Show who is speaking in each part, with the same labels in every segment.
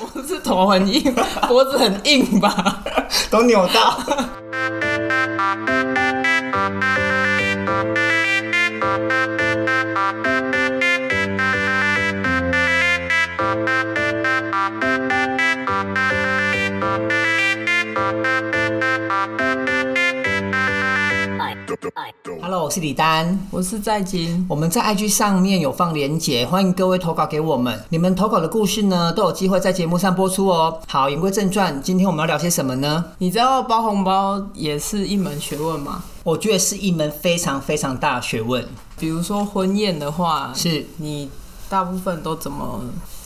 Speaker 1: 我是头很硬， 脖子很硬吧？
Speaker 2: 都扭到。Hello，我是李丹。
Speaker 1: 我是在金，
Speaker 2: 我们在 IG 上面有放连结，欢迎各位投稿给我们。你们投稿的故事呢，都有机会在节目上播出哦。好，言归正传，今天我们要聊些什么呢？
Speaker 1: 你知道包红包也是一门学问吗？
Speaker 2: 我觉得是一门非常非常大的学问，
Speaker 1: 比如说婚宴的话，
Speaker 2: 是。
Speaker 1: 你大部分都怎么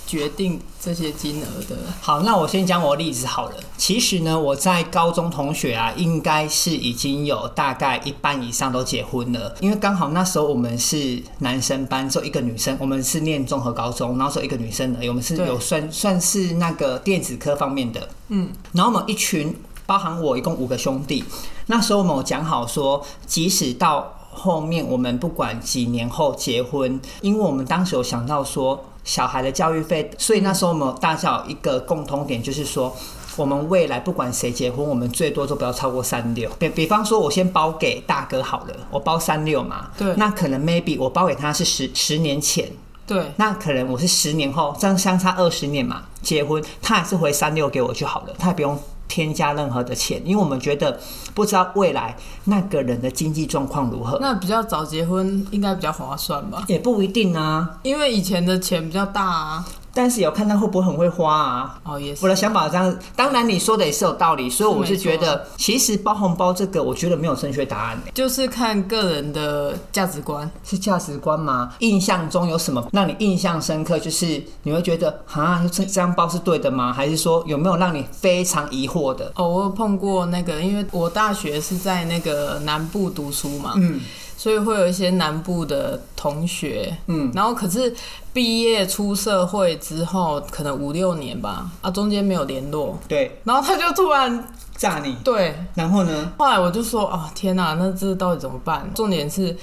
Speaker 1: 决定这些金额的？
Speaker 2: 好，那我先讲我的例子好了。其实呢，我在高中同学啊，应该是已经有大概一半以上都结婚了，因为刚好那时候我们是男生班，只有一个女生，我们是念综合高中，然后只有一个女生而已，我们是
Speaker 1: 对
Speaker 2: 有算算是那个电子科方面的，
Speaker 1: 嗯，
Speaker 2: 然后我们一群，包含我，一共五个兄弟。那时候我们有讲好说，即使到后面我们不管几年后结婚，因为我们当时有想到说小孩的教育费，所以那时候我们大家有一个共通点，就是说。我们未来不管谁结婚，我们最多都不要超过三六。比比方说，我先包给大哥好了，我包三六嘛。
Speaker 1: 对
Speaker 2: 那可能 maybe 我包给他是十十年前，
Speaker 1: 对，
Speaker 2: 那可能我是十年后，这样相差二十年嘛，结婚他还是回三六给我就好了，他也不用添加任何的钱，因为我们觉得不知道未来那个人的经济状况如何，
Speaker 1: 那比较早结婚应该比较划算吧？
Speaker 2: 也不一定啊。
Speaker 1: 因为以前的钱比较大啊。
Speaker 2: 但是有看他会不会很会花啊？
Speaker 1: 哦，也是。
Speaker 2: 我的想法是这样，当然你说的也是有道理，所以我
Speaker 1: 是
Speaker 2: 是
Speaker 1: 没错
Speaker 2: 觉得，其实包红包这个，我觉得没有正确答案呢、
Speaker 1: 就是看个人的价值观。
Speaker 2: 是价值观吗？印象中有什么让你印象深刻？就是你会觉得啊，这这样包是对的吗？还是说有没有让你非常疑惑的？
Speaker 1: 哦，我有碰过那个，因为我大学是在那个南部读书嘛，
Speaker 2: 嗯，
Speaker 1: 所以会有一些南部的同学，
Speaker 2: 嗯，
Speaker 1: 然后可是毕业出社会之后，可能五六年吧，啊，中间没有联络，
Speaker 2: 对，
Speaker 1: 然后他就突然
Speaker 2: 炸你。
Speaker 1: 对，
Speaker 2: 然后呢？
Speaker 1: 后来我就说，哦，天哪、那这到底怎么办？重点是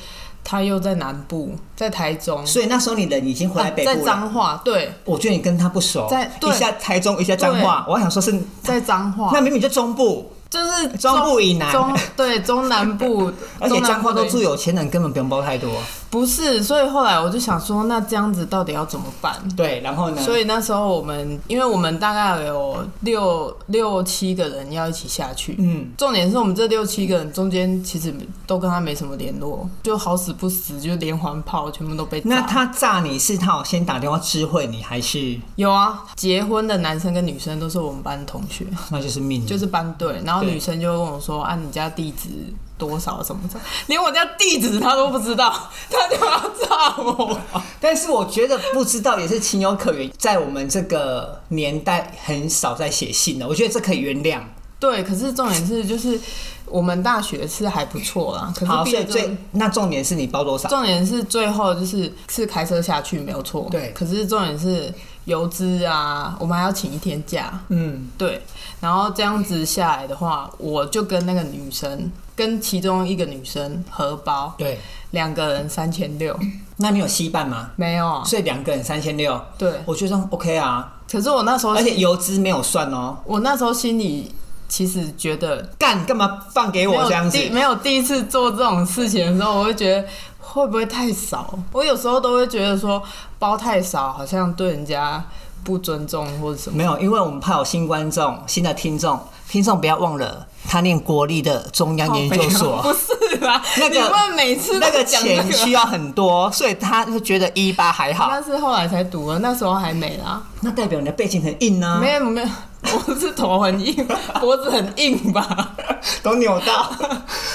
Speaker 1: 他又在南部，在台中，
Speaker 2: 所以那时候你人已经回来
Speaker 1: 啊
Speaker 2: 北
Speaker 1: 在
Speaker 2: 部了。
Speaker 1: 彰化， 对，
Speaker 2: 我觉得你跟他不熟，
Speaker 1: 在对
Speaker 2: 一下台中，一下彰化，我还想说是
Speaker 1: 在彰化
Speaker 2: 那，明明就中部，
Speaker 1: 就是
Speaker 2: 中部以南，
Speaker 1: 中对中南部
Speaker 2: 而且
Speaker 1: 中南
Speaker 2: 彰化
Speaker 1: 部的
Speaker 2: 都住有钱人，根本不用包太多。
Speaker 1: 不是，所以后来我就想说，那这样子到底要怎么办？
Speaker 2: 对，然后呢？
Speaker 1: 所以那时候我们，因为我们大概有六六七个人要一起下去，
Speaker 2: 嗯，
Speaker 1: 重点是我们这六七个人中间其实都跟他没什么联络，就好死不死就连环炮全部都被炸
Speaker 2: 那他炸你是他有先打电话知会你，还是
Speaker 1: 有啊，结婚的男生跟女生都是我们班同学，
Speaker 2: 那就是命？
Speaker 1: 就是班队，然后
Speaker 2: 对
Speaker 1: 女生就问我说啊，你家地址多少什么的，连我家地址他都不知道，他就要炸我。
Speaker 2: 但是我觉得不知道也是情有可原，在我们这个年代很少在写信的，我觉得这可以原谅。
Speaker 1: 对，可是重点是就是我们大学是还不错啦，可
Speaker 2: 好，
Speaker 1: 是毕
Speaker 2: 所
Speaker 1: 业
Speaker 2: 以最
Speaker 1: 就
Speaker 2: 那重点是你包多少？
Speaker 1: 重点是最后就是是开车下去没有错，
Speaker 2: 对
Speaker 1: 可是重点是油资啊，我们还要请一天假，
Speaker 2: 嗯，
Speaker 1: 对，然后这样子下来的话，我就跟那个女生跟其中一个女生合包，
Speaker 2: 对。
Speaker 1: 两个人三千六，
Speaker 2: 那你有稀办吗？
Speaker 1: 没有啊，
Speaker 2: 所以两个人三千六，
Speaker 1: 对，哦
Speaker 2: 我觉得这样 OK 啊，
Speaker 1: 可是我那时候
Speaker 2: 而且油资没有算哦。
Speaker 1: 我那时候心里其实觉得
Speaker 2: 干干嘛放给
Speaker 1: 没
Speaker 2: 我
Speaker 1: 有
Speaker 2: 这样子？
Speaker 1: 第没有第一次做这种事情的时候，我会觉得会不会太少？我有时候都会觉得说包太少，好像对人家不尊重或者什么。
Speaker 2: 没有，因为我们怕有新观众、新的听众，听众不要忘了，他念国立的中央研究
Speaker 1: 靠
Speaker 2: 所，
Speaker 1: 北 啊不是啦，
Speaker 2: 那个
Speaker 1: 你们每次
Speaker 2: 那
Speaker 1: 都
Speaker 2: 个
Speaker 1: 讲那
Speaker 2: 钱需
Speaker 1: 个，
Speaker 2: 要很多，所以他就觉得一八还好。
Speaker 1: 但是后来才读了，那时候还没啦，
Speaker 2: 那代表你的背景很硬啊，
Speaker 1: 没有没有，我是头很硬， 脖子很硬 吧？
Speaker 2: 都扭到。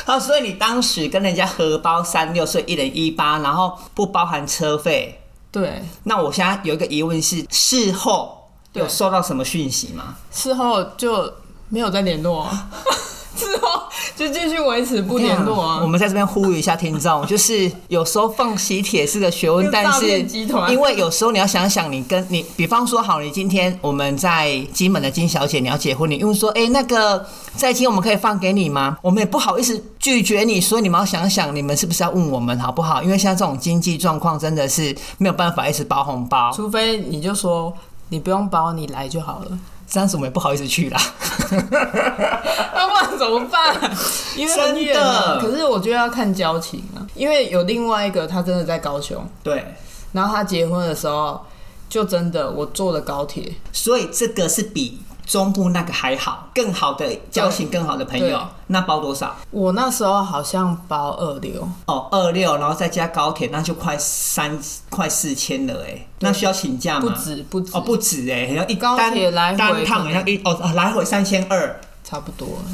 Speaker 2: 啊，所以你当时跟人家荷包三六，所以一人一八，然后不包含车费。
Speaker 1: 对，
Speaker 2: 那我现在有一个疑问是，事后有
Speaker 1: 对
Speaker 2: 收到什么讯息吗？
Speaker 1: 事后就没有再联络、啊， 之后就继续维持不联络啊
Speaker 2: 我。们在这边呼吁一下听众， 就是有时候放喜帖是个学问，
Speaker 1: 跟
Speaker 2: 但
Speaker 1: 诈
Speaker 2: 是
Speaker 1: 骗集团
Speaker 2: 因为有时候你要想想，你跟你，比方说好，你今天我们在金门的金小姐你要结婚，你问说，哎、那个在金我们可以放给你吗？我们也不好意思拒绝你，所以你们要想想，你们是不是要问我们好不好？因为现在这种经济状况真的是没有办法一直包红包。
Speaker 1: 除非你就说你不用包，你来就好 了。
Speaker 2: 这样子我们也不好意思去啦。
Speaker 1: 那不然怎么办？因为很远啊
Speaker 2: 真的
Speaker 1: 可是我觉得要看交情啊，因为有另外一个他真的在高雄，
Speaker 2: 对，
Speaker 1: 然后他结婚的时候就真的我坐的高铁，
Speaker 2: 所以这个是比中部那个还好，更好的交情，更好的朋
Speaker 1: 对
Speaker 2: 友，那包多少？
Speaker 1: 我那时候好像包二流，
Speaker 2: 哦，二六，然后再加高铁，那就快三快四千了哎，那需要请假
Speaker 1: 不
Speaker 2: 吗？
Speaker 1: 止不止，
Speaker 2: 哦，不止哎，好像一
Speaker 1: 高铁
Speaker 2: 单
Speaker 1: 来回
Speaker 2: 单趟好像一哦啊来回三千二，
Speaker 1: 差不多了。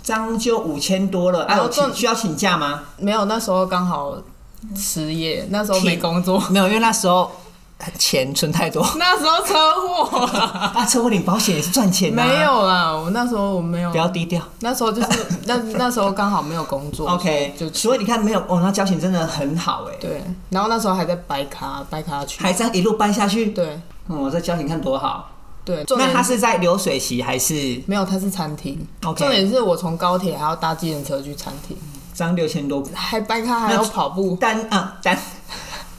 Speaker 2: 这样就五千多了。哎、
Speaker 1: 然
Speaker 2: 啊，
Speaker 1: 后
Speaker 2: 有请
Speaker 1: 重
Speaker 2: 需要请假吗？
Speaker 1: 没有，那时候刚好失业，那时候没
Speaker 2: 请
Speaker 1: 工作，
Speaker 2: 没有，因为那时候钱存太多
Speaker 1: 那时候车祸啊、
Speaker 2: 啊，车祸领保险也是赚钱、啊，
Speaker 1: 没，有啦，我那时候我没有
Speaker 2: 不，要低调。
Speaker 1: 那时候就是那那时候刚好没有工作
Speaker 2: OK，
Speaker 1: 就
Speaker 2: 所以你看没有哦，那交情真的很好哎，
Speaker 1: 对，然后那时候还在白卡白卡区，
Speaker 2: 还这样一路掰下去，
Speaker 1: 对
Speaker 2: 哦，这交情看多好。
Speaker 1: 对，重
Speaker 2: 那
Speaker 1: 点
Speaker 2: 他是在流水席还是
Speaker 1: 没有，它是餐厅。
Speaker 2: OK
Speaker 1: 重点是我从高铁还要搭计程车去餐厅，
Speaker 2: 这样六千多？
Speaker 1: 还掰开还要跑步，
Speaker 2: 单啊 单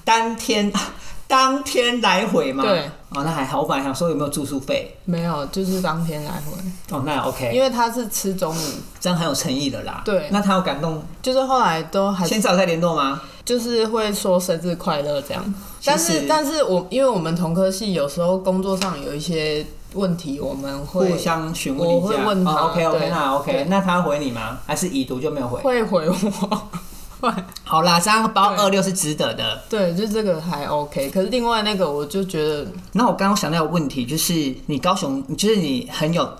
Speaker 2: 当天啊当天来回嘛？
Speaker 1: 对，
Speaker 2: 哦，那还好，我本来想说有没有住宿费，
Speaker 1: 没有，就是当天来回，
Speaker 2: 哦，那也 OK，
Speaker 1: 因为他是吃中午，
Speaker 2: 这样很有诚意的啦。
Speaker 1: 对
Speaker 2: 那他有感动，
Speaker 1: 就是后来都还
Speaker 2: 先找再联络吗？
Speaker 1: 就是会说生日快乐这样。
Speaker 2: 其实
Speaker 1: 但是但是我因为我们同科系有时候工作上有一些问题，我们会
Speaker 2: 互相询问一下。
Speaker 1: 我会问他
Speaker 2: 哦、OK OK，
Speaker 1: 对
Speaker 2: 那 OK，
Speaker 1: 对
Speaker 2: 那他回你吗？还是已读就没有回？
Speaker 1: 会回我。 会
Speaker 2: 好啦，这样包
Speaker 1: 对
Speaker 2: 二六是值得的。
Speaker 1: 对，就这个还 OK，可是另外那个我就觉得
Speaker 2: 那我刚刚想到的问题就是，你高雄，就是你很有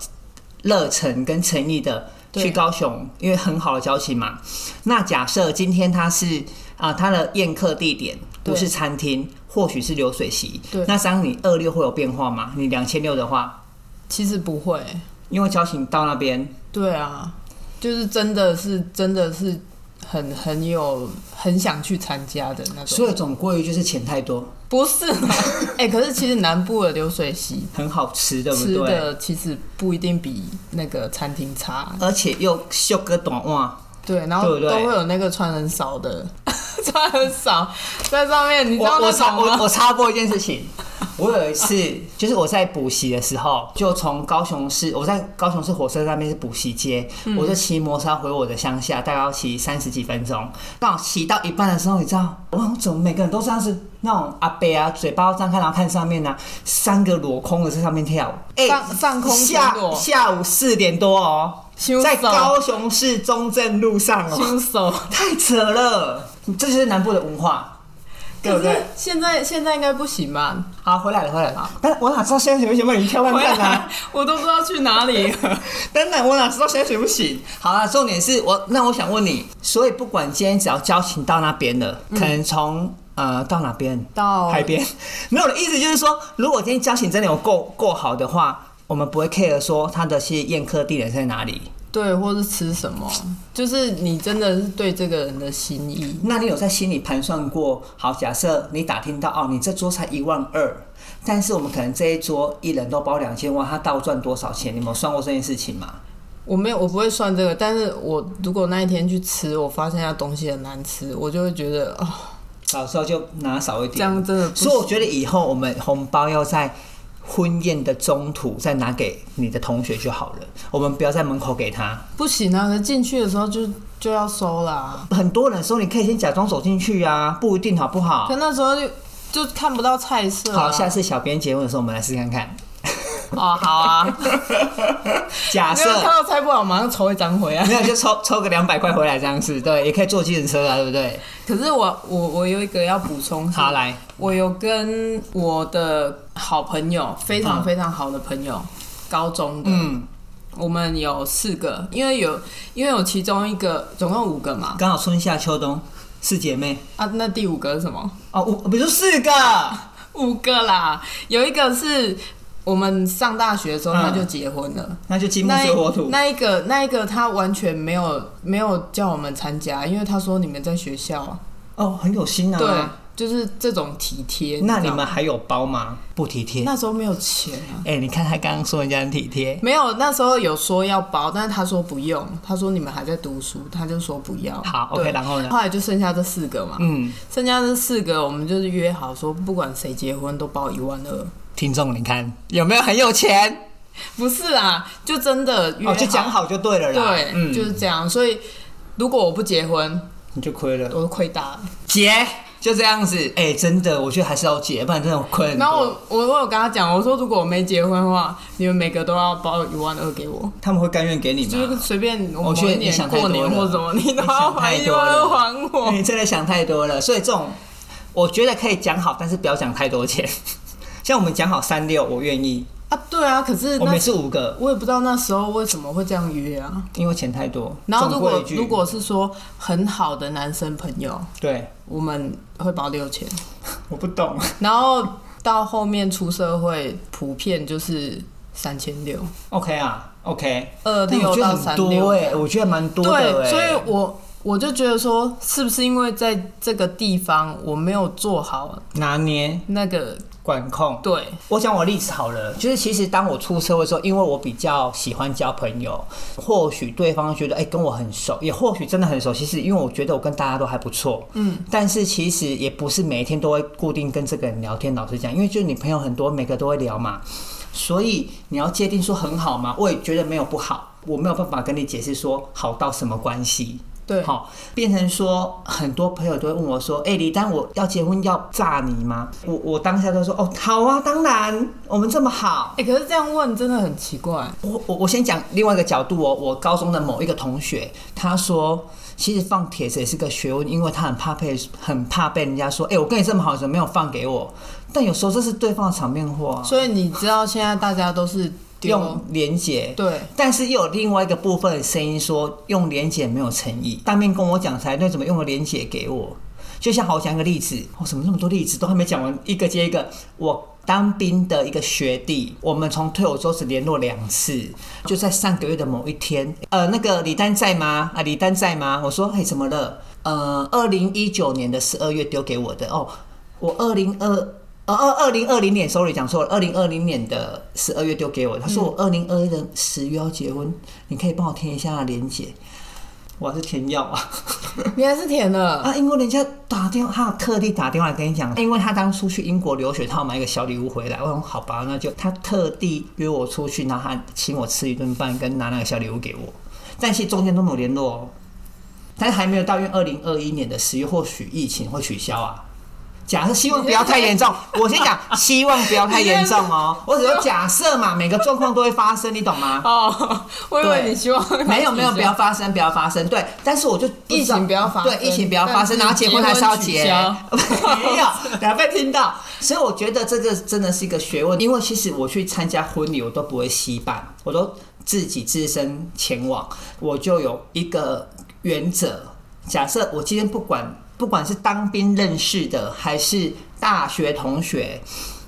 Speaker 2: 热忱跟诚意的
Speaker 1: 对
Speaker 2: 去高雄，因为很好的交情嘛。那假设今天他是啊、他的宴客地点不是
Speaker 1: 对
Speaker 2: 餐厅，或许是流水席
Speaker 1: 对，
Speaker 2: 那这样你二六会有变化吗？你两千六的话，
Speaker 1: 其实不会，
Speaker 2: 因为交情到那边，
Speaker 1: 对啊，就是真的是真的是很很有很想去参加的那种。
Speaker 2: 所以总归于就是钱太多，
Speaker 1: 不是啦， 哎、可是其实南部的流水席
Speaker 2: 很好吃，对不
Speaker 1: 吃
Speaker 2: 对？
Speaker 1: 的其实不一定比那个餐厅差，
Speaker 2: 而且又秀个短袜，
Speaker 1: 对，然后
Speaker 2: 对不
Speaker 1: 都
Speaker 2: 对
Speaker 1: 会有那个穿很少的， 穿很少在上面，你知
Speaker 2: 我
Speaker 1: 道
Speaker 2: 我
Speaker 1: 那
Speaker 2: 插
Speaker 1: 种
Speaker 2: 我
Speaker 1: 吗？
Speaker 2: 我插播一件事情， 我有一次就是我在补习的时候，就从高雄市，我在高雄市火车站那边是补习街，
Speaker 1: 嗯
Speaker 2: 我就骑摩托车回我的乡下，大概要骑三十几分钟。刚好骑到一半的时候，你知道，哇，怎么每个人都这样子，那种阿伯啊，嘴巴张开，然后看上面啊，三个裸空的在上面跳舞，哎、
Speaker 1: 上上空
Speaker 2: 下
Speaker 1: 全裸
Speaker 2: 下午四点多哦，
Speaker 1: 羞
Speaker 2: 在
Speaker 1: 手
Speaker 2: 高雄市中正路上哦，
Speaker 1: 新手，
Speaker 2: 太扯了，这就是南部的文化，对
Speaker 1: 可
Speaker 2: 不对
Speaker 1: 是？现在现在应该不行吧？
Speaker 2: 好，回来了，回来了。但我哪知道现在行不行？我已经跳万
Speaker 1: 回
Speaker 2: 蛋啦
Speaker 1: 来。我都不知道去哪里 了。
Speaker 2: 当然，我哪知道现在行不行？好啦，重点是我，那我想问你，所以不管今天只要交情到那边了，可能从呃到哪边
Speaker 1: 嗯到
Speaker 2: 海边，没有我的意思就是说，如果今天交情真的有够够好的话，我们不会 care 说他的些宴客地点在哪里。
Speaker 1: 对，或是吃什么，就是你真的是对这个人的心意。
Speaker 2: 那你有在心里盘算过？好，假设你打听到哦，你这桌才一万二，但是我们可能这一桌一人都包两千万，他倒赚多少钱？你们有算过这件事情吗？
Speaker 1: 我没有，我不会算这个，但是我如果那一天去吃，我发现那东西很难吃，我就会觉得哦，
Speaker 2: 小时候就拿少一
Speaker 1: 这
Speaker 2: 点。
Speaker 1: 样真的不
Speaker 2: 所以我
Speaker 1: 行。
Speaker 2: 觉得以后我们红包要在婚宴的中途再拿给你的同学就好了，我们不要在门口给他。
Speaker 1: 不行啊！可是进去的时候就就要收啦，
Speaker 2: 很多人说你可以先假装走进去啊，不一定好不好
Speaker 1: 可？那时候就就看不到菜色、啊。
Speaker 2: 好，下次小编结婚的时候我们来试看看。
Speaker 1: 哦，好啊。
Speaker 2: 假
Speaker 1: 没有看
Speaker 2: 设
Speaker 1: 到菜不好，马上抽一张回来。
Speaker 2: 没有就抽抽个两百块回来这样子，对，也可以坐计程车啊，对不对？
Speaker 1: 可是我我我有一个要补充，
Speaker 2: 好，来，
Speaker 1: 我有跟我的好朋友，非常
Speaker 2: 嗯
Speaker 1: 非常好的朋友，高中的，
Speaker 2: 嗯，
Speaker 1: 我们有四个，因为有因为有其中一个总共五个嘛，
Speaker 2: 刚好春夏秋冬四姐妹
Speaker 1: 啊，那第五个是什么？
Speaker 2: 哦，我比如说四个，
Speaker 1: 五个啦，有一个是我们上大学的时候
Speaker 2: 嗯
Speaker 1: 他就结婚了。
Speaker 2: 那就金木
Speaker 1: 那一
Speaker 2: 水火土。
Speaker 1: 那一个那一个他完全没有没有叫我们参加，因为他说你们在学校啊，
Speaker 2: 哦，很有心啊。
Speaker 1: 对，就是这种体贴。
Speaker 2: 那
Speaker 1: 知
Speaker 2: 你
Speaker 1: 道吗
Speaker 2: 们还有包吗？不体贴。
Speaker 1: 那时候没有钱啊，
Speaker 2: 哎、你看他刚刚说人家很体贴，
Speaker 1: 没有那时候有说要包，但是他说不用，他说你们还在读书，他就说不要。
Speaker 2: 好
Speaker 1: 对
Speaker 2: ，OK，然后呢？
Speaker 1: 后来就剩下这四个嘛，
Speaker 2: 嗯，
Speaker 1: 剩下这四个，我们就是约好说，不管谁结婚都包一万二。
Speaker 2: 听众，你看有没有很有钱？
Speaker 1: 不是啊，就真的约
Speaker 2: 哦，就讲好就对了啦。
Speaker 1: 对，
Speaker 2: 嗯，
Speaker 1: 就是这样。所以如果我不结婚，
Speaker 2: 你就亏了。
Speaker 1: 我都亏大了。
Speaker 2: 结就这样子，哎、真的，我觉得还是要结，不然真的亏很多。
Speaker 1: 然后我我我有跟他讲，我说如果我没结婚的话，你们每个都要包一万二给我，
Speaker 2: 他们会甘愿给你吗？
Speaker 1: 就是随便我
Speaker 2: 我
Speaker 1: 某
Speaker 2: 觉得
Speaker 1: 一
Speaker 2: 你想
Speaker 1: 年
Speaker 2: 太
Speaker 1: 过
Speaker 2: 多
Speaker 1: 年
Speaker 2: 了
Speaker 1: 或什么，你都
Speaker 2: 你想
Speaker 1: 要
Speaker 2: 太
Speaker 1: 还一
Speaker 2: 多
Speaker 1: 万
Speaker 2: 了
Speaker 1: 二还我。
Speaker 2: 你真的想太多了，所以这种我觉得可以讲好，但是不要讲太多钱。 像我们讲好三六，我愿意，
Speaker 1: 啊，对啊，可是
Speaker 2: 我
Speaker 1: 那
Speaker 2: 们是五个，
Speaker 1: 我也不知道那时候为什么会这样约啊。
Speaker 2: 因为钱太多。
Speaker 1: 然后如
Speaker 2: 总
Speaker 1: 果
Speaker 2: 归一句
Speaker 1: 如果是说很好的男生朋友，
Speaker 2: 对，
Speaker 1: 我们会包六千，
Speaker 2: 我不懂，
Speaker 1: 然后到后面出社会普遍就是三千六，
Speaker 2: OK 啊，OK，
Speaker 1: 二
Speaker 2: 但我
Speaker 1: 六
Speaker 2: 觉得
Speaker 1: 到
Speaker 2: 很
Speaker 1: 三
Speaker 2: 多
Speaker 1: 六。
Speaker 2: 哎、我觉得蛮多的哎、
Speaker 1: 对，所以我我就觉得说，是不是因为在这个地方我没有做好
Speaker 2: 拿捏
Speaker 1: 那个
Speaker 2: 管控。
Speaker 1: 对，
Speaker 2: 我讲我例子好了，就是其实当我出社会的时候，因为我比较喜欢交朋友，或许对方觉得哎、跟我很熟，也或许真的很熟。其实因为我觉得我跟大家都还不错，嗯，但是其实也不是每一天都会固定跟这个人聊天。老实讲，因为就是你朋友很多，每个都会聊嘛，所以你要界定说很好吗？我也觉得没有不好，我没有办法跟你解释说好到什么关系。
Speaker 1: 对
Speaker 2: 好、变成说很多朋友都会问我说：“哎、李丹，我要结婚要炸你吗？”我我当下就说：“哦，好啊，当然，我们这么好。
Speaker 1: 哎、可是这样问真的很奇怪。
Speaker 2: 我”我我先讲另外一个角度哦，我高中的某一个同学他说。其实放帖子也是个学问，因为他很怕被很怕被人家说，哎、我跟你这么好，你怎么没有放给我？但有时候这是对方的场面话、啊，
Speaker 1: 所以你知道现在大家都是
Speaker 2: 用
Speaker 1: 丢
Speaker 2: 连结
Speaker 1: 对，
Speaker 2: 但是又有另外一个部分的声音说，用连结没有诚意。当面跟我讲才对，怎么用了连结给我？就像好，我讲一个例子，哦，怎么那么多例子都还没讲完，一个接一个。我当兵的一个学弟，我们从退伍之后只联络两次，就在上个月的某一天，呃，那个李丹在吗？啊，李丹在吗？我说，嘿，怎么了？呃，二零一九年的十二月丢给我的哦，我二零二。呃，二二零二零年，sorry，讲错了，二零二零年的十二月丢给我，他说我二零二一的十月要结婚，你可以帮我填一下连结，我还是填要啊。
Speaker 1: 你还是填了。
Speaker 2: 啊，因为人家打电话，他有特地打电话跟你讲，因为他当初去英国留学，他要买一个小礼物回来。我说好吧，那就他特地约我出去，然后他请我吃一顿饭，跟拿那个小礼物给我。但是中间都没有联络哦，但是还没有到，因为二零二一年的十月或许疫情会取消啊。假设希望不要太严重，我先讲希望不要太严重哦。我只是假设嘛，每个状况都会发生，你懂吗？
Speaker 1: 哦， 我以为
Speaker 2: 对
Speaker 1: 你希望
Speaker 2: 没有没有，
Speaker 1: 取消
Speaker 2: 不要发生，不要发生。对，但是我就不
Speaker 1: 疫
Speaker 2: 知道
Speaker 1: 情不要发生
Speaker 2: 对，疫情不要发
Speaker 1: 但是
Speaker 2: 生，然后结婚还是要结，
Speaker 1: 结婚
Speaker 2: 没有，不要被听到。所以我觉得这个真的是一个学问，因为其实我去参加婚礼，我都不会惜办，我都自己自身前往，我就有一个原则。假设我今天不管不管是当兵认识的，还是大学同学，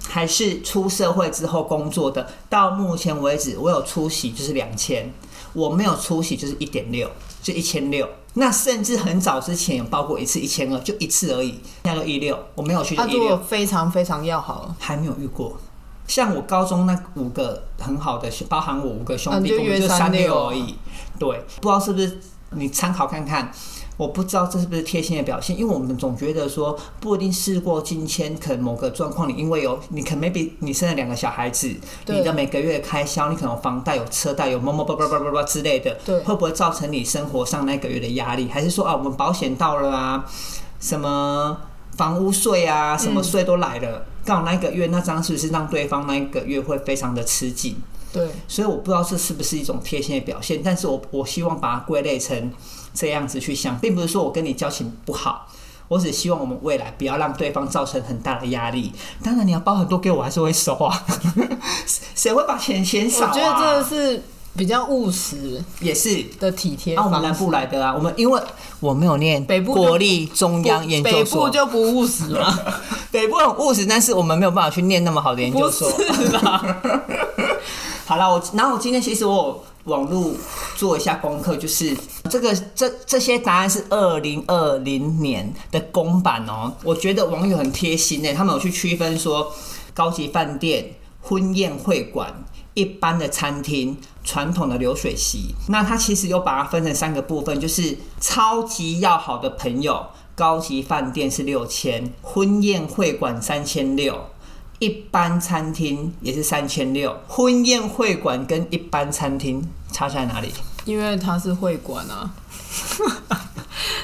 Speaker 2: 还是出社会之后工作的，到目前为止，我有出席就是两千，我没有出席就是一点六，就一千六。那甚至很早之前有报过一次一千二，就一次而已，那个一六我没有去就
Speaker 1: 啊，
Speaker 2: 一
Speaker 1: 如果
Speaker 2: 六，
Speaker 1: 非常非常要好，
Speaker 2: 还没有遇过。像我高中那五个很好的，兄，包含我五个兄弟，
Speaker 1: 啊
Speaker 2: 我
Speaker 1: 你就约
Speaker 2: 们就三
Speaker 1: 36
Speaker 2: 而已。对，不知道是不是你参考看看。我不知道这是不是贴心的表现，因为我们总觉得说不一定事过境迁，可能某个状况你因为有你可能 maybe 你生了两个小孩子，
Speaker 1: 对
Speaker 2: 你的每个月的开销，你可能有房贷、有车贷、有么么叭叭叭叭叭之类的，
Speaker 1: 对
Speaker 2: 会不会造成你生活上那个月的压力？还是说啊，我们保险到了啊，什么房屋税啊，什么税都来了，刚、好那一个月那张是不是让对方那一个月会非常的吃紧？
Speaker 1: 对，
Speaker 2: 所以我不知道这是不是一种贴心的表现，但是我我希望把它归类成这样子去想，并不是说我跟你交情不好，我只希望我们未来不要让对方造成很大的压力。当然，你要包很多给我，我还是会收啊， 谁谁会把钱嫌
Speaker 1: 我
Speaker 2: 少啊？
Speaker 1: 觉得这个是比较务实
Speaker 2: 也是。
Speaker 1: 的体贴
Speaker 2: 啊，我们
Speaker 1: 方
Speaker 2: 南
Speaker 1: 式。
Speaker 2: 部来的啊，我们因为我没有念
Speaker 1: 北部就
Speaker 2: 国立中央研究
Speaker 1: 北
Speaker 2: 所，
Speaker 1: 部就不务实了，
Speaker 2: 北部很务实，但是我们没有办法去念那么好的研究
Speaker 1: 不
Speaker 2: 所。
Speaker 1: 是啦，
Speaker 2: 好了，我然后我今天其实我有网络做一下功课，就是这个这这些答案是二零二零年的公版哦。我觉得网友很贴心呢、欸他们有去区分说高级饭店、婚宴会馆。一般的餐厅、传统的流水席，那它其实有把它分成三个部分，就是超级要好的朋友、高级饭店是六千，婚宴会馆三千六，一般餐厅也是三千六，婚宴会馆跟一般餐厅差在哪里？
Speaker 1: 因为他是会馆 啊，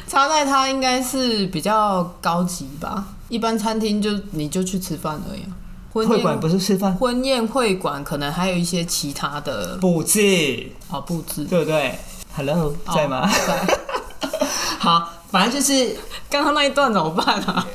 Speaker 1: 差在他应该是比较高级吧。一般餐厅就你就去吃饭而已啊、婚
Speaker 2: 会
Speaker 1: 宴
Speaker 2: 馆不是吃饭
Speaker 1: 婚宴会馆可能还有一些其他的
Speaker 2: 布置，
Speaker 1: 哦布置。
Speaker 2: 对不对？Hello，
Speaker 1: 哦
Speaker 2: 在吗？
Speaker 1: 在
Speaker 2: 好，反正就是
Speaker 1: 刚刚那一段怎么办啊？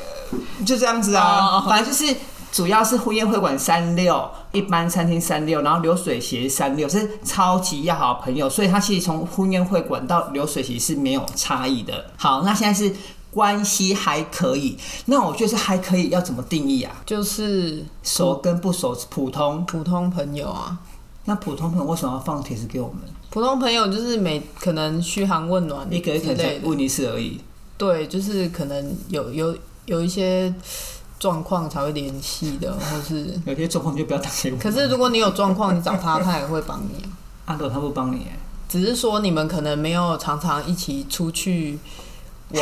Speaker 2: 就这样子啊
Speaker 1: 哦，
Speaker 2: 反正就是主要是婚宴会馆三六，一般餐厅三六，然后流水席三六，是超级要好的朋友，所以他其实从婚宴会馆到流水席是没有差异的。好，那现在是关系还可以，那我觉得是还可以要怎么定义啊？
Speaker 1: 就是
Speaker 2: 熟
Speaker 1: 嗯
Speaker 2: 跟不熟，普通。
Speaker 1: 普通朋友啊，
Speaker 2: 那普通朋友为什么要放帖子给我们？
Speaker 1: 普通朋友就是每可能嘘寒问暖
Speaker 2: 一个一
Speaker 1: 之
Speaker 2: 个
Speaker 1: 类
Speaker 2: 再
Speaker 1: 的。
Speaker 2: 问一次而已。
Speaker 1: 对，就是可能有有有一些状况才会联系的，或是
Speaker 2: 有些状况就不要打给我。
Speaker 1: 可是如果你有状况，你找他，他也会帮你啊。
Speaker 2: 阿狗他不帮你耶欸
Speaker 1: 只是说你们可能没有常常一起出去玩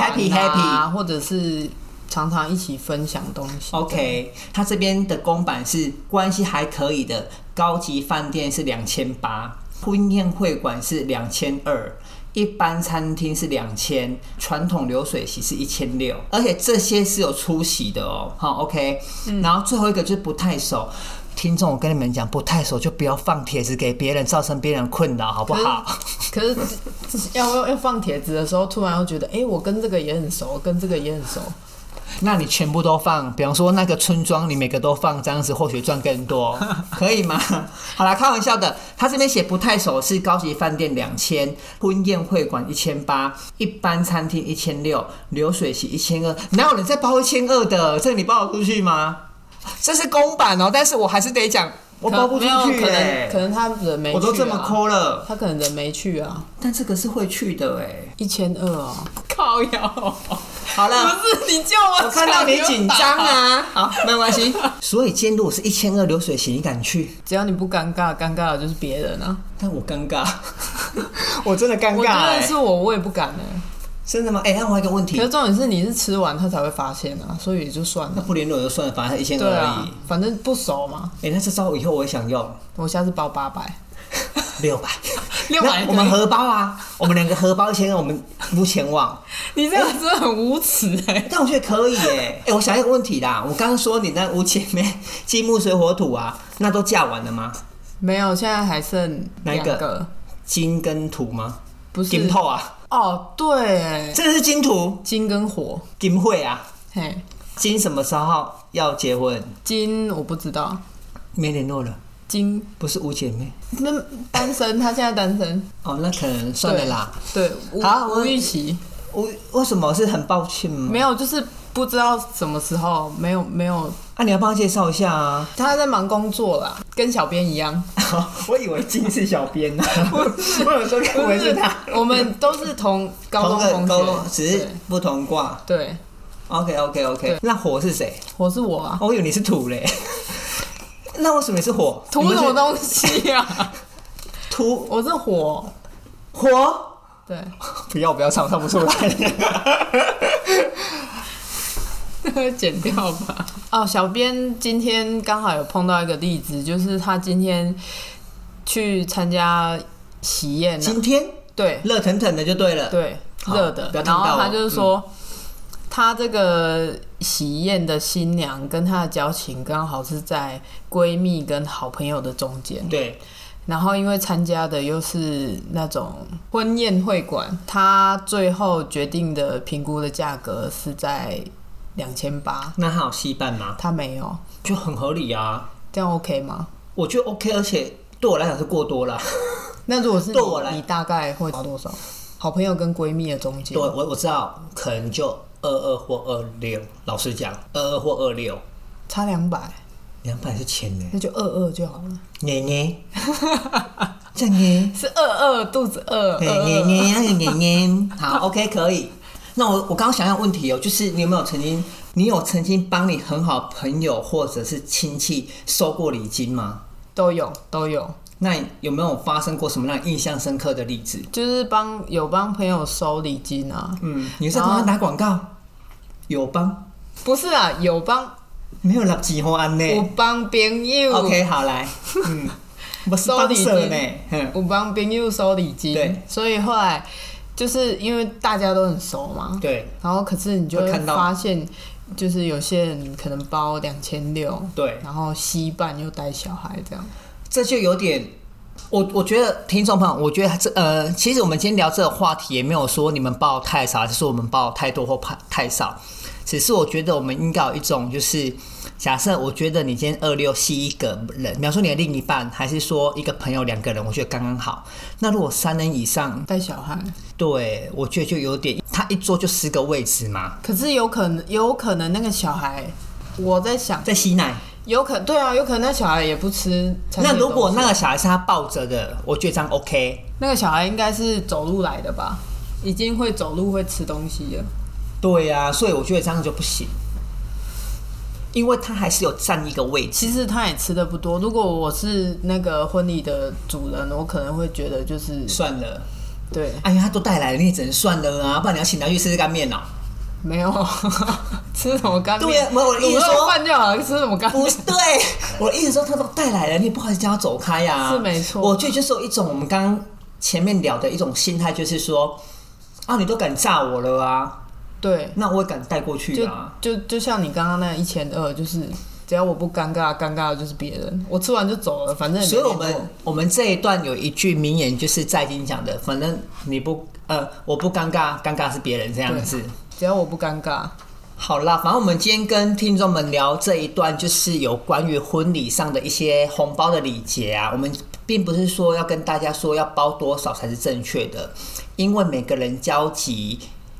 Speaker 1: 啊
Speaker 2: Happy, happy
Speaker 1: 或者是常常一起分享东西。
Speaker 2: OK，他这边的公版是关系还可以的，高级饭店是两千八，婚宴会馆是两千二。一般餐厅是两千，传统流水席是一千六，而且这些是有出席的哦。好，OK，、然后最后一个就是不太熟，听众，我跟你们讲，不太熟就不要放帖子给别人，造成别人困扰，好不好？
Speaker 1: 可是要要要放帖子的时候，突然又觉得，哎、我跟这个也很熟，跟这个也很熟。
Speaker 2: 那你全部都放，比方说那个村庄，你每个都放，这样子或许赚 更多，可以吗？好啦，开玩笑的。他这边写不太熟是高级饭店两千，婚宴会馆一千八，一般餐厅一千六，流水席一千二，哪有人在包一千二的？这个你包得出去吗？这是公版哦，但是我还是得讲，我包不出
Speaker 1: 可没
Speaker 2: 去、
Speaker 1: 有可能
Speaker 2: 欸，
Speaker 1: 可能他人没去、啊，
Speaker 2: 我都这么抠了，
Speaker 1: 他可能人没去啊，
Speaker 2: 但这个是会去的哎、欸。
Speaker 1: 一千二哦，靠腰、
Speaker 2: 好了，
Speaker 1: 不是你叫我，
Speaker 2: 我看到你紧张
Speaker 1: 啊。
Speaker 2: 啊，好，没关系。所以今天如果是一千二流水席，你敢去？
Speaker 1: 只要你不尴尬，尴尬的就是别人啊。
Speaker 2: 但我尴 尬，我真的尴
Speaker 1: 我
Speaker 2: 尬、
Speaker 1: 觉得
Speaker 2: 欸
Speaker 1: 是。我，我也不敢呢、
Speaker 2: 真的吗？哎、那我还有一个问题
Speaker 1: 可，是重点是你是吃完他才会发现啊，所以也就算
Speaker 2: 那
Speaker 1: 了。
Speaker 2: 不联络就算了，反正一千二
Speaker 1: 对
Speaker 2: 而
Speaker 1: 啊
Speaker 2: 已。，
Speaker 1: 反正不熟嘛，
Speaker 2: 哎、那这招以后我也想用，
Speaker 1: 我下次包八百，
Speaker 2: 六百，
Speaker 1: 六百
Speaker 2: 那我们荷包啊，我们两个荷包一千二，我们不前往。
Speaker 1: 你这样真的很无耻哎、
Speaker 2: 但我觉得可以耶、哎、我想一个问题啦，我刚刚说你那五姐妹金木水火土啊，那都嫁完了吗？
Speaker 1: 没有，现在还剩
Speaker 2: 哪一
Speaker 1: 两
Speaker 2: 个金跟土吗？
Speaker 1: 不是
Speaker 2: 金透啊，
Speaker 1: 哦，对哎，
Speaker 2: 这个是金土，
Speaker 1: 金跟火，
Speaker 2: 金会啊。
Speaker 1: 嘿，
Speaker 2: 金什么时候要结婚？
Speaker 1: 金我不知道，
Speaker 2: 没联络了，
Speaker 1: 金
Speaker 2: 不是五姐妹
Speaker 1: 那单身，他现在单身，
Speaker 2: 哦，那可能算了啦。
Speaker 1: 对，吴
Speaker 2: 好我
Speaker 1: 吴玉琪
Speaker 2: 我为什么是很抱歉吗？
Speaker 1: 没有，就是不知道什么时候没有没有，
Speaker 2: 啊，你要帮我介绍一 下啊。
Speaker 1: 他在忙工作啦，跟小编一样，
Speaker 2: 我以为金是小编呢、 我有时候以为是他，
Speaker 1: 我们都是同高中同学，
Speaker 2: 同个高中，只是不同卦。
Speaker 1: 对对，
Speaker 2: OK OK OK，
Speaker 1: 对
Speaker 2: 那火是谁？
Speaker 1: 我是我啊，
Speaker 2: 哦我以为你是土嘞。 那为什么你是火？
Speaker 1: 图
Speaker 2: 你
Speaker 1: 什
Speaker 2: 不是
Speaker 1: 么东西啊？
Speaker 2: 土
Speaker 1: 我是火，
Speaker 2: 火？
Speaker 1: 对，
Speaker 2: 不要不要唱，唱不出来。
Speaker 1: 剪掉吧。哦，小编今天刚好有碰到一个例子，就是他今天去参加喜宴、啊，
Speaker 2: 今天
Speaker 1: 对
Speaker 2: 热腾腾的就对了。
Speaker 1: 对，
Speaker 2: 好
Speaker 1: 热的
Speaker 2: 不要，烫
Speaker 1: 然
Speaker 2: 到
Speaker 1: 后
Speaker 2: 我
Speaker 1: 他就是说。他这个喜宴的新娘跟他的交情刚好是在闺蜜跟好朋友的中间，
Speaker 2: 对，
Speaker 1: 然后因为参加的又是那种婚宴会馆，他最后决定的评估的价格是在两千八，
Speaker 2: 那还有戏伴吗？
Speaker 1: 他没有，
Speaker 2: 就很合理啊，
Speaker 1: 这样 OK 吗？
Speaker 2: 我觉得 OK，而且对我来讲是过 多了。
Speaker 1: 那如果是
Speaker 2: 对我来
Speaker 1: 你，你大概会花多少？好朋友跟闺蜜的中间
Speaker 2: 对，，我我知道，可能就二二或二六。老实讲，二二或二六，
Speaker 1: 差两百，
Speaker 2: 两百是钱呢。
Speaker 1: 那就二二就好了。
Speaker 2: 年年， 这样年，
Speaker 1: 是二二，肚子饿。
Speaker 2: 对
Speaker 1: 二
Speaker 2: 年
Speaker 1: 二
Speaker 2: 年，那个年年，好，OK，可以。那我我刚刚想要问题哦，就是你有没有曾经，你有曾经帮你很好朋友或者是亲戚收过礼金吗？
Speaker 1: 都有都有，
Speaker 2: 那有没有发生过什么让你印象深刻的例子？
Speaker 1: 就是帮有帮朋友收礼金啊，啊
Speaker 2: 嗯，你是在帮他打广告？友邦
Speaker 1: 不是啊，有帮
Speaker 2: 没有立几婚呢
Speaker 1: 有帮朋友
Speaker 2: ？OK，好来，嗯，我是帮手呢，嗯，
Speaker 1: 有帮朋友收礼金
Speaker 2: 对，
Speaker 1: 所以后来就是因为大家都很熟嘛，
Speaker 2: 对
Speaker 1: 然后可是你就
Speaker 2: 会
Speaker 1: 会
Speaker 2: 看到
Speaker 1: 发现，就是有些人可能包两千六，
Speaker 2: 对，
Speaker 1: 然后西半又带小孩这样，
Speaker 2: 这就有点，我我觉得听众朋友，我觉得这呃，其实我们今天聊这个话题，也没有说你们报太少，还是说我们报太多或太太少，只是我觉得我们应该有一种就是。假设我觉得你今天二六吸一个人，比方说你的另一半，还是说一个朋友两个人，我觉得刚刚好。那如果三人以上，
Speaker 1: 带小孩，
Speaker 2: 对我觉得就有点，他一桌就十个位置嘛，
Speaker 1: 可是有可能有可能那个小孩，我在想，
Speaker 2: 在吸奶。
Speaker 1: 有可对啊，有可能那小孩也不吃餐具的东西。
Speaker 2: 那如果那个小孩是他抱着的，我觉得这样 OK。
Speaker 1: 那个小孩应该是走路来的吧，已经会走路会吃东西了。
Speaker 2: 对呀、所以我觉得这样就不行，因为他还是有占一个位置。
Speaker 1: 其实他也吃的不多。如果我是那个婚礼的主人，我可能会觉得就是
Speaker 2: 算了，
Speaker 1: 对，
Speaker 2: 哎呀，他都带来了，你也只能算了啊，不然你要请他去吃吃干面哦。
Speaker 1: 没有 吃什么干面。
Speaker 2: 对啊我我的意思
Speaker 1: 卤
Speaker 2: 说
Speaker 1: 肉饭就好了，吃什么干面
Speaker 2: 不？是， 对我的意思说他都带来了，你也不好意思叫他走开呀、
Speaker 1: 是没错
Speaker 2: 我觉得就是有一种我们刚刚前面聊的一种心态，就是说啊，你都敢炸我了啊，
Speaker 1: 对，
Speaker 2: 那我也敢带过去
Speaker 1: 就
Speaker 2: 啊。
Speaker 1: 就就像你刚刚那一千二，就是只要我不尴尬，尴尬的就是别人。我吃完就走了，反正也没
Speaker 2: 所以我
Speaker 1: 联络
Speaker 2: 们我们这一段有一句名言，就是在金讲的，反正你不呃，我不尴尬，尴嗯尬是别人这样子。
Speaker 1: 只要我不尴尬，
Speaker 2: 好啦，反正我们今天跟听众们聊这一段，就是有关于婚礼上的一些红包的礼节啊。我们并不是说要跟大家说要包多少才是正确的，因为每个人交集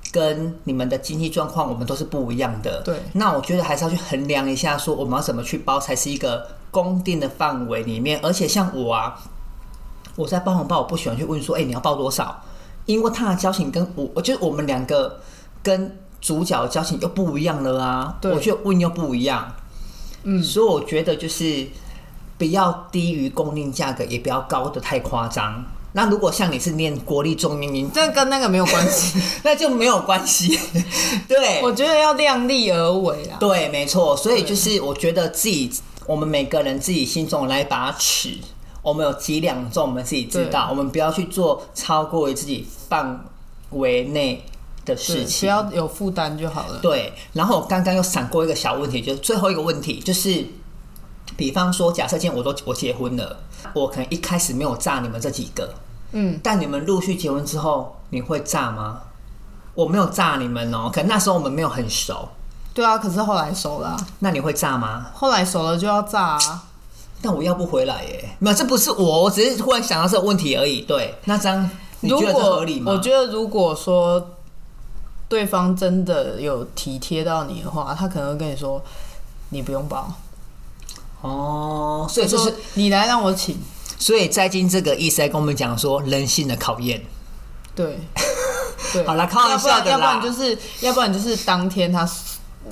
Speaker 2: 跟你们的经济状况，我们都是不一样的。
Speaker 1: 对
Speaker 2: 那我觉得还是要去衡量一下，说我们要怎么去包才是一个公定的范围里面。而且像我啊，我在包红包，我不喜欢去问说，哎、你要包多少？因为他的交情跟我，就是我们两个跟主角的交情又不一样了啊。
Speaker 1: 对
Speaker 2: 我觉得问又不一样，
Speaker 1: 嗯
Speaker 2: 所以我觉得就是不要低于公定价格，也不要高的太夸张。那如果像你是念国立中英 音，
Speaker 1: 这跟那个没有关 系。
Speaker 2: 那就没有关系。 对，
Speaker 1: 我觉得要量力而为啦。
Speaker 2: 对，没错，所以就是我觉得自己，我们每个人自己心中有那一把尺，我们有几两重，我们自己知道，我们不要去做超过于自己范围内的事
Speaker 1: 对，不
Speaker 2: 情。
Speaker 1: 要有负担就好了。
Speaker 2: 对，然后我刚刚又闪过一个小问题，就是最后一个问题，就是比方说，假设今天我都我结婚了，我可能一开始没有炸你们这几个，
Speaker 1: 嗯，
Speaker 2: 但你们陆续结婚之后，你会炸吗？我没有炸你们哦，可能那时候我们没有很熟，
Speaker 1: 对啊，可是后来熟了啊、
Speaker 2: 那你会炸吗？
Speaker 1: 后来熟了就要炸啊。
Speaker 2: 但我要不回来耶，没有，这不是我，我只是忽然想到这个问题而已。对，那这样你
Speaker 1: 如
Speaker 2: 觉得这
Speaker 1: 果
Speaker 2: 合理吗？
Speaker 1: 我觉得如果说对方真的有体贴到你的话，他可能会跟你说你不用包，
Speaker 2: 哦，所以就
Speaker 1: 说
Speaker 2: 是，
Speaker 1: 你来让我请。
Speaker 2: 所以在经这个意思在跟我们讲说人性的考验。
Speaker 1: 对，对，
Speaker 2: 好啦开玩笑的
Speaker 1: 要不然要不然
Speaker 2: 啦
Speaker 1: 就是要不然就是当天他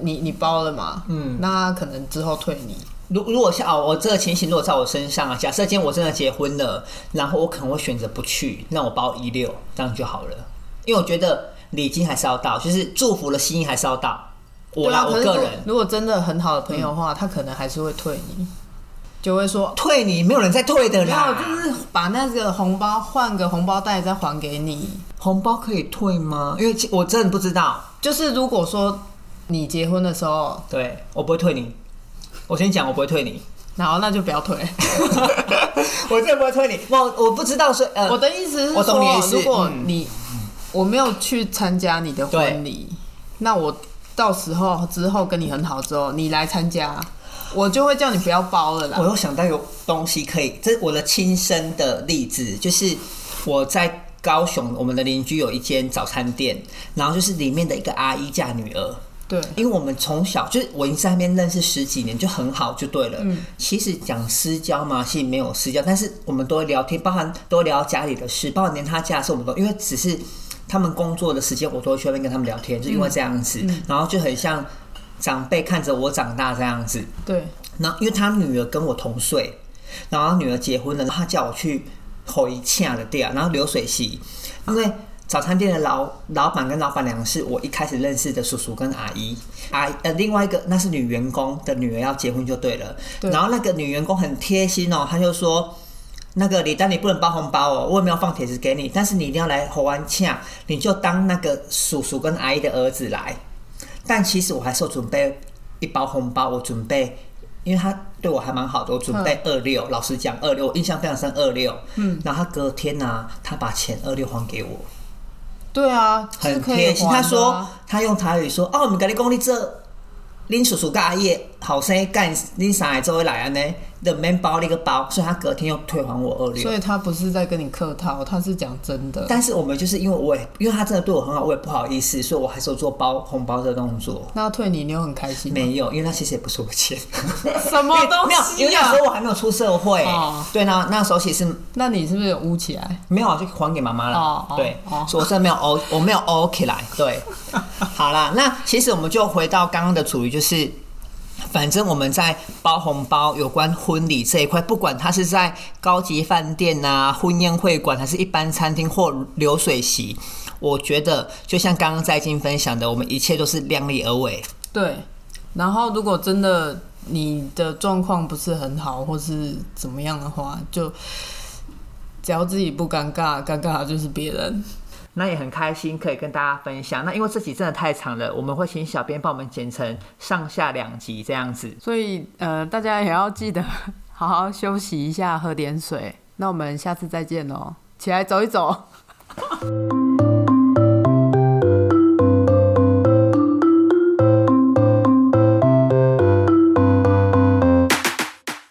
Speaker 1: 你你包了嘛，嗯，那他可能之后退你。
Speaker 2: 如如果像哦，我这个情形如果在我身上啊，假设今天我真的结婚了，然后我可能会选择不去，那我包一六，这样就好了。因为我觉得礼金还是要到，就是祝福的心意还是要到。我
Speaker 1: 对
Speaker 2: 啦，
Speaker 1: 啊，
Speaker 2: 我
Speaker 1: 可是如
Speaker 2: 个
Speaker 1: 果
Speaker 2: 人
Speaker 1: 如果真的很好的朋友的话，他可能还是会退你，就会说
Speaker 2: 退你，没有人再退的
Speaker 1: 没有，
Speaker 2: 啦。
Speaker 1: 就是把那个红包换个红包袋再还给你。
Speaker 2: 红包可以退吗？因为其我真的不知道。
Speaker 1: 就是如果说你结婚的时候，
Speaker 2: 对我不会退你，我先讲，我不会退你，
Speaker 1: 然后那就不要退。
Speaker 2: 我真的不会退你。我我不知道说呃，
Speaker 1: 我的意思是
Speaker 2: 我懂你的意
Speaker 1: 说，
Speaker 2: 思嗯
Speaker 1: 如果你、我没有去参加你的婚礼，那我到时候之后跟你很好之后，你来参加，我就会叫你不要包了
Speaker 2: 我
Speaker 1: 啦。
Speaker 2: 又想到有东西可以，这是我的亲身的例子，就是我在高雄，我们的邻居有一间早餐店，然后就是里面的一个阿姨嫁女儿。
Speaker 1: 对，
Speaker 2: 因为我们从小就是我已经在那边认识十几年，就很好就对了。嗯，其实讲私交嘛，其实没有私交，但是我们都会聊天，包含都会聊家里的事，包含连他家的事我们都，因为只是他们工作的时间，我都会去那边跟他们聊天，就因为这样子，然后就很像长辈看着我长大这样子。
Speaker 1: 对，
Speaker 2: 然后因为他女儿跟我同岁，然后他女儿结婚了，然后他叫我去回洽了对啊，然后流水席，因为早餐店的老老板跟老板娘是我一开始认识的叔叔跟阿姨，阿呃另外一个那是女员工的女儿要结婚就对了，
Speaker 1: 对
Speaker 2: 然后那个女员工很贴心哦，她就说。那个李丹，你不能包红包哦，我也没有放帖子给你，但是你一定要来侯安洽，你就当那个叔叔跟阿姨的儿子来。但其实我还是有准备一包红包，我准备，因为他对我还蛮好的，我准
Speaker 1: 嗯
Speaker 2: 备二六、老实讲，二六我印象非常深，二六。嗯，然后他隔天呢、他把钱二六还给我，
Speaker 1: 对啊，是
Speaker 2: 很
Speaker 1: 可以
Speaker 2: 贴
Speaker 1: 还
Speaker 2: 心。
Speaker 1: 的啊
Speaker 2: 他说他用台语说：“哦，我们跟你讲，你这恁叔叔跟阿姨好生干，恁三个做伙来安尼，就免包你个包。”所以他隔天又退还我二六
Speaker 1: 所。以他不是在跟你客套，他是讲真的。
Speaker 2: 但是我们就是因为我也因为他真的对我很好，我也不好意思，所以我还是有做包红包的动作。
Speaker 1: 那退你，你又很开心吗？
Speaker 2: 没有，因为那其实也不是我钱。
Speaker 1: 什么东
Speaker 2: 没有，因为
Speaker 1: 西
Speaker 2: 那
Speaker 1: 啊
Speaker 2: 时？候我还没有出社会。
Speaker 1: 哦
Speaker 2: 对，那那时候其实
Speaker 1: 那你是不是有捂起来？
Speaker 2: 没有啊，就还给妈妈了。
Speaker 1: 哦哦
Speaker 2: 对，
Speaker 1: 哦
Speaker 2: 所以我真的没有哦，我没有哦起来。对，好啦，那其实我们就回到刚刚的主题，就是。反正我们在包红包有关婚礼这一块，不管它是在高级饭店啊、婚宴会馆，还是一般餐厅或流水席，我觉得就像刚刚在金分享的，我们一切都是量力而为。
Speaker 1: 对。然后如果真的你的状况不是很好，或是怎么样的话，就只要自己不尴尬，尴尬的就是别人。
Speaker 2: 那也很开心可以跟大家分享。那因为这集真的太长了，我们会请小编帮我们剪成上下两集这样子。
Speaker 1: 所以呃，大家也要记得 好好休息哦一下，喝点水。那我们下次再见喽，起来走一走。